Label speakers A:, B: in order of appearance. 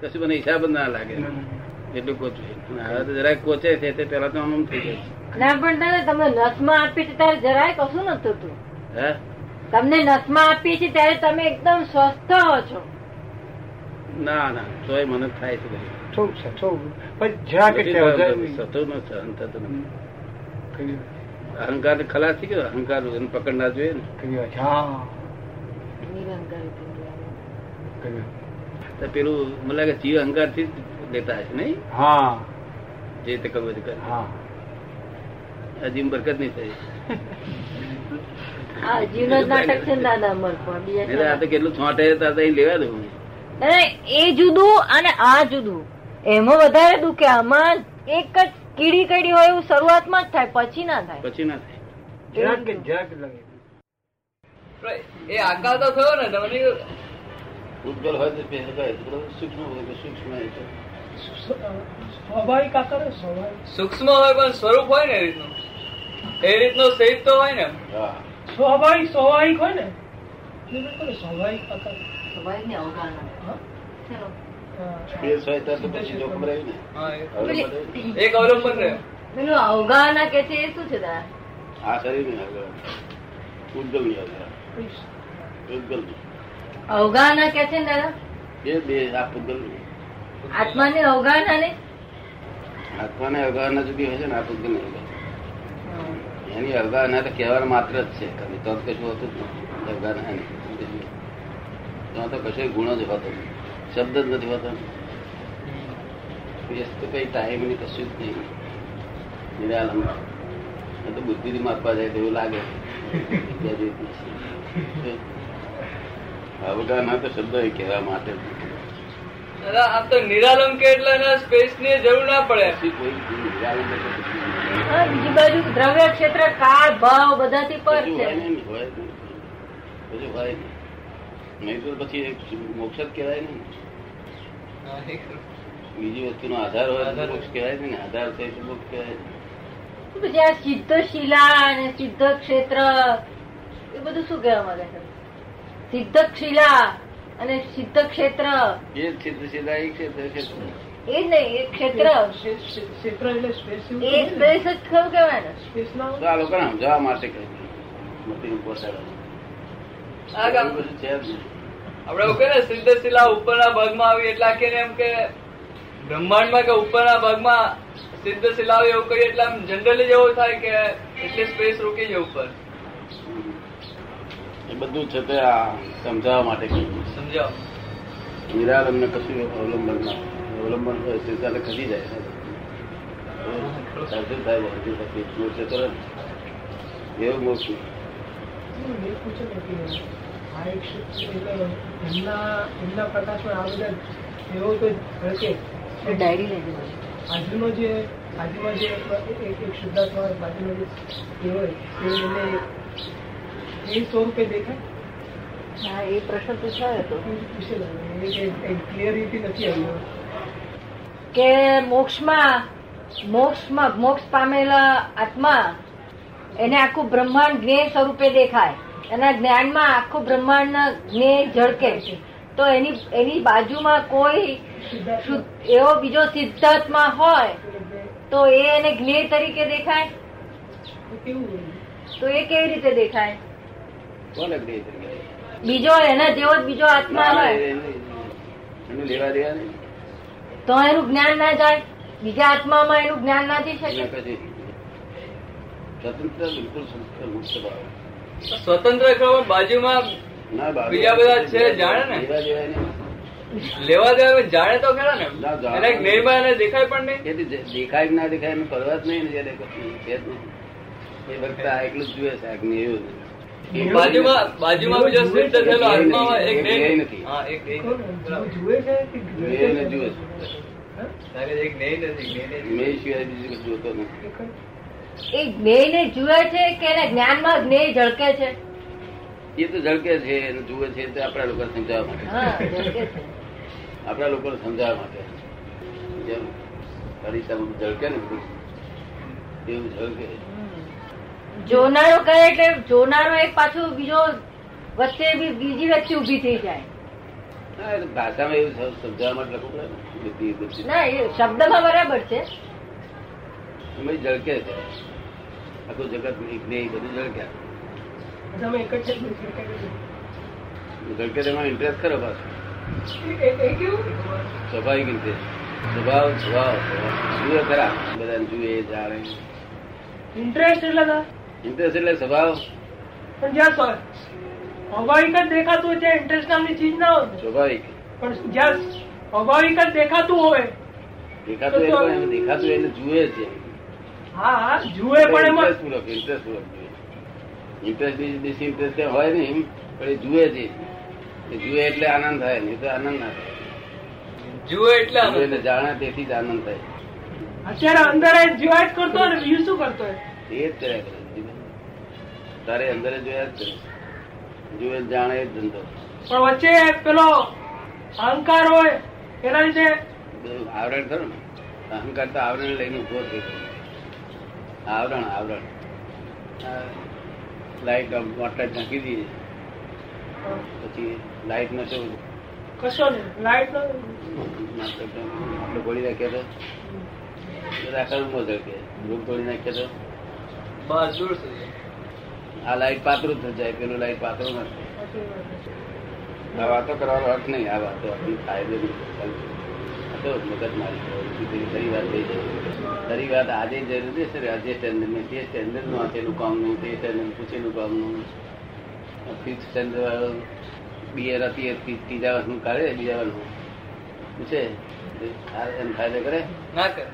A: કશું મને હિસાબ જ ના લાગે એટલું કોચું અને હવે તો જરાક કોચે છે તે પેલા તો આમ આમ થઈ જાય
B: ના પણ દાદા તમને નસમાં આપી છે ત્યારે જરાય કશું નથી થતું
A: છે હા
B: તમને નસમાં આપી છે ત્યારે તમે એકદમ સ્વસ્થ હો છો
A: ના ના તોય મને થાય છે બધું.
C: થોડું છે થોડું પણ જરાક એટલે
A: બધું
C: વધારે
A: થતું નથી, સહન થતું નથી.
C: કર્યું,
A: અહંકાર ખલાસ થઈ ગયો અહંકાર એને પકડ ના જોઈએ ને
C: કર્યું. હા
B: નિરંકાર થઈ
C: કર્યું.
A: તો પેલું મને લાગે જીવ અહંકાર થી દેતા હશે નહીં
C: હા
A: જે તે કરવું હોય તે કરે
C: હા
A: અજીમ બરકત નહીં થઈ
B: ગયા. આ જીવનો જ નાટક છે ને દાદા અમર પણ બીજા
A: એટલે આ તો કેટલું છોટે હતા તો અહીં લેવા દઉં
B: દાદા, એ જુદું અને આ જુદું એમાં વધારે દુખે આમાં એક જ કીડી કડી હોય એવું શરૂઆતમાં જ થાય પછી ના થાય
A: પછી ના થાય
C: જરાક કે જરાક લાગે
D: પણ એ આકાર તો થયો ને તમને
A: ઉજ્જવલ હોય તો પહેલા કહે છે, બરાબર? સૂક્ષ્મ હોય તો સૂક્ષ્મ હોય છે.
E: સ્વાભાવિક આકાર હોય, સ્વાભાવિક
D: સૂક્ષ્મ હોય પણ સ્વરૂપ હોય ને એ રીતનું એ રીતનો સહિત તો હોય ને
A: હા.
E: સ્વાભાવિક સ્વાભાવિક હોય ને એટલે બિલકુલ સ્વાભાવિક આકાર હા?
A: સ્પેસ હોય ત્યાં તો પછી જોખમ રહ્યું ને.
D: હા, એ.
A: અવલંબન રહ્યું ને.
D: એક અવલંબન રહે
B: પેલું અવગાહના કે છે એ શું છે દાદા
A: આ શરીર નહીં આગળ. ઉજ્જવલ નહીં આગળ. ઉજ્જવલ નહીં.
B: અવગાહના કે છે ને દાદા
A: એ બે આ પૂતગલ નહીં.
B: આત્માની અવગાહના ને
A: આત્માને અવગાહના જુદી હોય છે ને આ પૂતગલ નહીં અવગાહના. એની અવગાહના તો કહેવાનું માત્ર જ છે કારણ કે તો તો કશું હોતું જ નથી અવગાહના નહીં. ત્યાં તો કશો ગુણો જ હોતો નથી. શબ્દ જ નથી હોતો સ્પેસ તો કઈ ટાઈમ ની કશું જ નહીં નિરાલંબ એ તો બુદ્ધિથી માપવા જાય તો એવું લાગે બે દિવસની છે. અવગાહના તો શબ્દ કહેવા માટે જ નથી.
D: દાદા, આમ તો નિરાલંબ કે એટલે એના સ્પેસ ની જરૂર ના પડે
A: પછી કોઈ નિરાલંબ તો કશું જ નહીં.
B: હા, બીજી બાજુ દ્રવ્ય ક્ષેત્ર કાળ ભાવ બધાથી પર
A: કશું
B: છે
A: હોય નહીં, હોય જ નહીં. કશું હોય નહીં. નહીં તો પછી એક મોક્ષ જ કહેવાય નહીં
D: હા, એ ખરું.
A: બીજી વસ્તુનો આધાર હોય તો
D: આધાર.
A: મોક્ષ કહેવાય નહીં ને આધાર થઈ તો મોક્ષ કહેવાય નહીં.
B: તો પછી આ સિદ્ધ શિલા અને સિદ્ધ ક્ષેત્ર એ બધું શું કહેવા માંગે છે સિદ્ધ શિલા અને સિદ્ધ ક્ષેત્ર
A: એ જ સિદ્ધ સિદ્ધા એ ક્ષેત્ર ક્ષેત્ર.
B: એ જ ને એ ક્ષેત્ર
E: ક્ષે- ક્ષે- ક્ષેત્ર એટલે સ્પેસ એવું
B: એ
E: કહેવાય ને?
B: સ્પેસ જ ખરું કહેવાય ને
E: સ્પેસ ના
A: તો
E: હોય?
A: આ લોકોને સમજાવવા માટે કહ્યું મોટી પોસાડવાનું
D: આ કામ
A: બધું છે જ નહીં.
D: આપણે એવું કહીએ ને સિદ્ધ શિલા ઉપરના ભાગમાં આવી એટલે આખી ને એમ કે બ્રહ્માંડમાં કે ઉપરના ભાગમાં સિદ્ધ શિલા આવી એવું કરીએ એટલે આમ જનરલી જેવું થાય કે એટલી સ્પેસ રોકી જાય ઉપર
A: એ બધું છે તે આ સમજાવવા માટે કહ્યું છે.
D: સમજાવ
A: નિરાલંબને કશું અવલંબન ના હોય. અવલંબન હોય તે ત્યારે ખસી જાય સાચું થાય વાંધો નથી. મોક્ષે તરત એવું મોક્ષ
E: હું એ પૂછું ને કે આ એક ક્ષેત્ર એટલે એમના એમના પ્રકાશમાં આ બધા એવો તો ઝળકે.
B: ડાયરી લઈ
E: બાજુનો જે બાજુમાં જે એક- એક એક શુદ્ધાત્મા બાજુનો જે એ હોય એ મને એ સ્વરૂપે દેખાય
B: હા એ પ્રશ્ન પૂછાયો હતો
E: હું પૂછેલો એ કઈ ક્લિયરિટી નથી આવ્યું
B: કે મોક્ષમાં મોક્ષમાં મોક્ષ પામેલા આત્મા એને આખું બ્રહ્માંડ જ્ઞેય સ્વરૂપે દેખાય એના જ્ઞાનમાં આખું બ્રહ્માંડના જ્ઞેય ઝળકે તો એની એની બાજુમાં કોઈ
E: શુદ્ધાત્મા
B: શુદ્ધ- એવો બીજો સિદ્ધાત્મા હોય
E: એટલે
B: તો એ એને જ્ઞેય તરીકે દેખાય
E: એ કેવું હોય
B: તો એ કેવી રીતે દેખાય
A: કોને ગ્રહી તરીકે?
B: બીજો એના જેવો જ બીજો આત્મા
A: ના,
B: હોય
A: એ- એ- એનું લેવા દેવા નહીં
B: તો એનું જ્ઞાન ના જાય બીજા આત્મામાં એનું જ્ઞાન નથી શકે
A: એના કશું સ્વતંત્ર બિલકુલ સ્વતંત્ર મુક્ત ભાવ
D: સ્વતંત્ર ખરો પણ બાજુમાં
A: ના બાપ.
D: બીજા બધા છે, જાણે ને.
A: લેવા દેવા નહીં.
D: લેવા દેવા જાણે તો ખરા ને
A: ના, જાણે.
D: એને જ્ઞેયમાં એને દેખાય પણ નહીં
A: એટલે જે- દેખાય કે ના દેખાય એનું કરવા જ નહીં ને જ્યારે કોઈ છે જ નહીં. એ વખતે આ એકલું જ જુએ છે આગને એવું જ.
D: બાજુમાં બાજુમાં બીજો શ્રેષ્ઠ થયેલો આત્મા હોય એક
A: એક જ્ઞેય
D: જ્ઞેય
A: નથી.
D: નથી હા એક જ્ઞેય
E: કોણ?
D: નથી.
E: જુએ- જુએ
D: બરાબર.
E: છે કે
A: જુએ
E: છે?
A: ને જુએ છે.
E: હા?
D: ત્યારે એક જ્ઞેય નથી જ્ઞેય નથી.
A: મેં સિવાય બીજું કશું જોતો નથી
E: એ કઈ?
B: એ જ્ઞેય ને જુએ છે કે એના જ્ઞાનમાં જ્ઞેય ઝળકે છે
A: એ તો ઝળકે છે એને જુએ છે તે આપણા લોકોને સમજાવવા માટે
B: હા ઝળકે છે
A: આપણા લોકોને સમજાવવા માટે જેમ અરીસામાં ઝળકે ને બધું, એવું ઝળકે
B: જોનારો કહે એટલે જોનારો એક પાછું બીજો વચ્ચે બી બીજી વ્યક્તિ ઉભી થઈ જાય
A: હા, એટલે ભાષામાં એવું સમ- સમજાવવા માટે લખવું પડે ને બુદ્ધિ બુદ્ધિ
B: ના એ શબ્દમાં બરાબર છે
A: એમાં જળકે છે આખું જગત નહીં જ્ઞેય બધું જળક્યા
E: તમે એક જ શબ્દ છલકાઈ દીધો.
A: જળકે તેમાં ઇન્ટરેસ્ટ ખરો પાછો
E: એ- એ- એ કેવું?
A: સ્વાભાવિક રીતે સ્વભાવ સ્વભાવ સ્વભાવ. જુએ ખરા બધાને જુએ જાણે
E: Interest એટલે ના.
A: ઇન્ટરેસ્ટ એટલે સ્વભાવ
E: પણ જ્યાં સ્વ- સ્વાભાવિક જ દેખાતું હોય ત્યાં ઇન્ટરેસ્ટ નામની ચીજ ના હોય
A: સ્વાભાવિક
E: પણ જ્યાં સ્વાભાવિક જ દેખાતું હોય
A: દેખાતું એ પણ એમ દેખાતું એને જુએ છે
E: હા હા જુએ પણ એમાં
A: ઇન્ટરેસ્ટપૂર્વક ઇન્ટરેસ્ટપૂર્વક જુએ ઇન્ટરેસ્ટ ડિસઇન્ટરેસ્ટ હોય નહીં પણ એ જુએ છે એ જુએ એટલે આનંદ થાય નહીં તો આનંદ ના થાય
D: જુઓ એટલે
A: જુએ
D: આનંદ
A: એટલે જાણે તેથી જ આનંદ થાય
E: અત્યારે અંદર જ જોયા જ કરતો હોય ને બીજું શું કરતો હોય
A: એ જ કર્યા કરે જીવન. તારે અંદર જ જોયા જ કરે જુએ જાણે એ જ ધંધો
E: પણ વચ્ચે પેલો અહંકાર હોય એના લીધે
A: બધું આવરણ ખરું ને અહંકાર તો આવરણ લઈને ઉભો થઈ ગયો. આવરણ આવરણ લાઈટ વોટર ઢાંકી દઈએ પછી લાઈટ નો શું
E: કશો નહીં લાઈટ
A: આપણે ગોળી નાખ્યા તો રાખડ ઉભો થયો કે રૂમ તોડી નાખ્યા તો
D: બહાર દૂર સુધી
A: આ લાઈટ પાતળું થઈ જાય પેલું લાઈટ પાતળું નથી આ વાતો કરવાનો અર્થ નહીં આ વાતો આપણી ફાયદો આ તો મગજ મારી ખરી વાત થઈ જાય ખરી વાત આજે જરૂરી છે આજે સ્ટેન્ડર્ડ ને તે સ્ટેન્ડર્ડ નું આપેલું કામનું તે સ્ટેન્ડર્ડ પૂછેલું કામનું ફિફ્થ સ્ટેન્ડર્ડ વાળો બીએ રાતી ત્રીજા વર્ષનું કાઢે બીજા વર્ષનું પૂછે આ એમ ફાયદો કરે
D: ના કરે